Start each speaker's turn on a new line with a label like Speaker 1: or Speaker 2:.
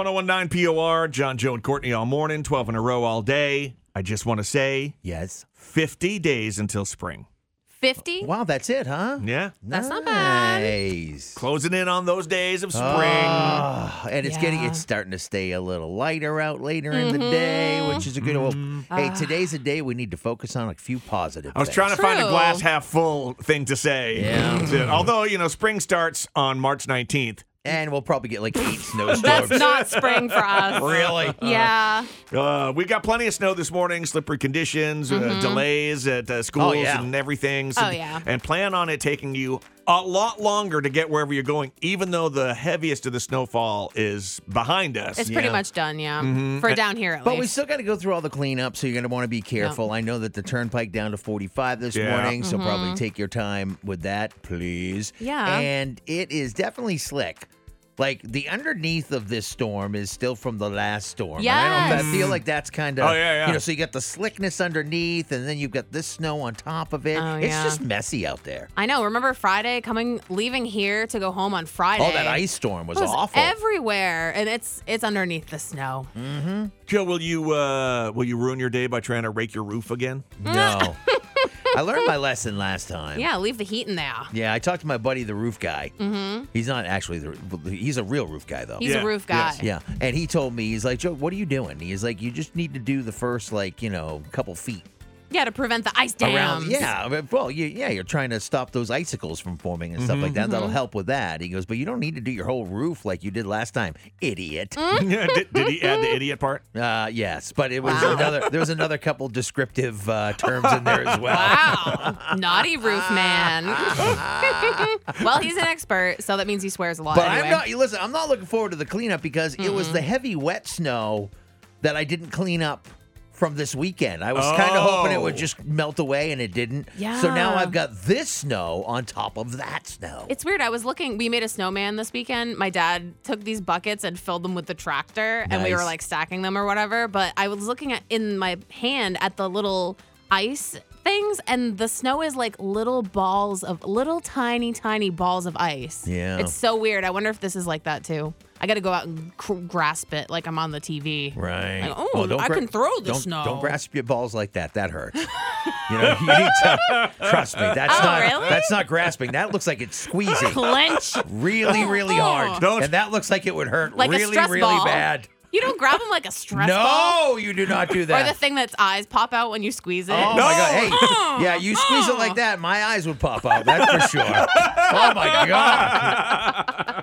Speaker 1: 1019 POR, John, Joe, and Courtney all morning, 12 in a row all day. I just want to say
Speaker 2: Yes.
Speaker 1: 50 days until spring.
Speaker 3: 50?
Speaker 2: Wow, that's it, huh?
Speaker 1: Yeah.
Speaker 3: That's not bad.
Speaker 2: nice.
Speaker 1: Closing in on those days of spring.
Speaker 2: Ah, and it's getting
Speaker 3: Yeah.
Speaker 2: it's starting to stay a little lighter out later in the day,
Speaker 3: Mm-hmm.
Speaker 2: which is a good. Well,
Speaker 3: Ah.
Speaker 2: hey, today's a day we need to focus on a few positive.
Speaker 1: I was trying to find a
Speaker 3: True.
Speaker 1: glass half full thing to say.
Speaker 2: Yeah.
Speaker 1: That- Although, you know, spring starts on March 19th.
Speaker 2: and we'll probably get like eight
Speaker 3: That's
Speaker 2: snowstorms.
Speaker 3: not spring for us.
Speaker 2: really.
Speaker 3: Yeah.
Speaker 1: Uh, we got plenty of snow this morning, slippery conditions, uh, delays at uh, schools
Speaker 2: yeah.
Speaker 1: and everything.
Speaker 3: Mm-hmm. Oh, yeah.
Speaker 1: And plan on it taking you a lot longer to get wherever you're going, even though the heaviest of the snowfall is behind us.
Speaker 3: It's pretty
Speaker 2: Yeah. Mm-hmm.
Speaker 3: much done, yeah. For down here at
Speaker 2: But we
Speaker 3: least.
Speaker 2: still got to go through all the cleanup, so you're going to want to be careful. I know that the turnpike down to 45 this
Speaker 1: Yeah.
Speaker 2: morning, so probably take your time with that, please.
Speaker 3: Mm-hmm. Yeah.
Speaker 2: And it is definitely slick. Like the underneath of this storm is still from the last storm. And I, don't, I
Speaker 3: Yes.
Speaker 2: feel like that's kind of,
Speaker 1: Oh, yeah, yeah.
Speaker 2: you know, so you got the slickness underneath, and then you've got this snow on top of it.
Speaker 3: Oh,
Speaker 2: it's
Speaker 3: yeah.
Speaker 2: just messy out there.
Speaker 3: I know. Remember Friday coming, leaving here to go home on Friday?
Speaker 2: All Oh, that ice storm was,
Speaker 3: It was
Speaker 2: awful. Mm.
Speaker 3: everywhere, and it's it's underneath the snow.
Speaker 1: Joe, will you uh, will you ruin your day by trying to rake your roof again?
Speaker 2: no. I learned my lesson last time.
Speaker 3: Yeah, leave the heat in there.
Speaker 2: Yeah, I talked to my buddy, the roof guy. Mm-hmm. He's not actually the. He's a real roof guy though.
Speaker 3: He's
Speaker 1: Yeah,
Speaker 3: a roof guy.
Speaker 1: yes.
Speaker 2: yeah, and he told me he's like, Joe, what are you doing? He's like, you just need to do the first like you know couple feet
Speaker 3: Yeah, to prevent the ice dams.
Speaker 2: around. Yeah, I mean, well, you, yeah, you're trying to stop those icicles from forming and stuff like that.
Speaker 3: Mm-hmm.
Speaker 2: That'll help with that. He goes, but you don't need to do your whole roof like you did last time, idiot.
Speaker 3: Mm.
Speaker 1: did, did he add the idiot part?
Speaker 2: Uh, yes, but it was
Speaker 3: Wow.
Speaker 2: another. There was another couple descriptive uh, terms in there as well.
Speaker 3: Wow. Naughty roof man. well, he's an expert, so that means he swears a lot.
Speaker 2: But
Speaker 3: anyway.
Speaker 2: I'm not. Listen, I'm not looking forward to the cleanup because it was the heavy wet snow that I didn't clean up from this weekend. I was kind of hoping it
Speaker 1: Oh.
Speaker 2: would just melt away, and it didn't. So now
Speaker 3: Yeah.
Speaker 2: I've got this snow on top of that snow.
Speaker 3: It's weird. I was looking. We made a snowman this weekend. My dad took these buckets and filled them with the tractor, and we
Speaker 2: Nice.
Speaker 3: were like stacking them or whatever. But I was looking at in my hand at the little ice things, and the snow is like little balls of little tiny, tiny balls of ice.
Speaker 2: Yeah.
Speaker 3: it's so weird. I wonder if this is like that too. I got to go out and cr- grasp it like I'm on the TV.
Speaker 2: Right.
Speaker 3: Like, oh,
Speaker 2: Well, don't
Speaker 3: I
Speaker 2: gra-
Speaker 3: can throw this
Speaker 2: don't,
Speaker 3: snow.
Speaker 2: Don't grasp your balls like that. That hurts. You know, you need to trust me. That's
Speaker 3: Oh,
Speaker 2: not
Speaker 3: really?
Speaker 2: that's not grasping. That looks like it's squeezing
Speaker 3: Clench.
Speaker 2: really, really hard.
Speaker 1: Don't-
Speaker 2: And that looks like it would hurt
Speaker 3: Oh. Like a
Speaker 2: really,
Speaker 3: stress
Speaker 2: really
Speaker 3: ball.
Speaker 2: bad.
Speaker 3: You don't grab them like a stress
Speaker 2: no,
Speaker 3: ball.
Speaker 2: you do not do
Speaker 3: Or
Speaker 2: that.
Speaker 3: the thing that's eyes pop out when you squeeze it.
Speaker 2: Oh my god! Hey, yeah, you squeeze it like that, my eyes would pop out. That's for sure. Oh my god!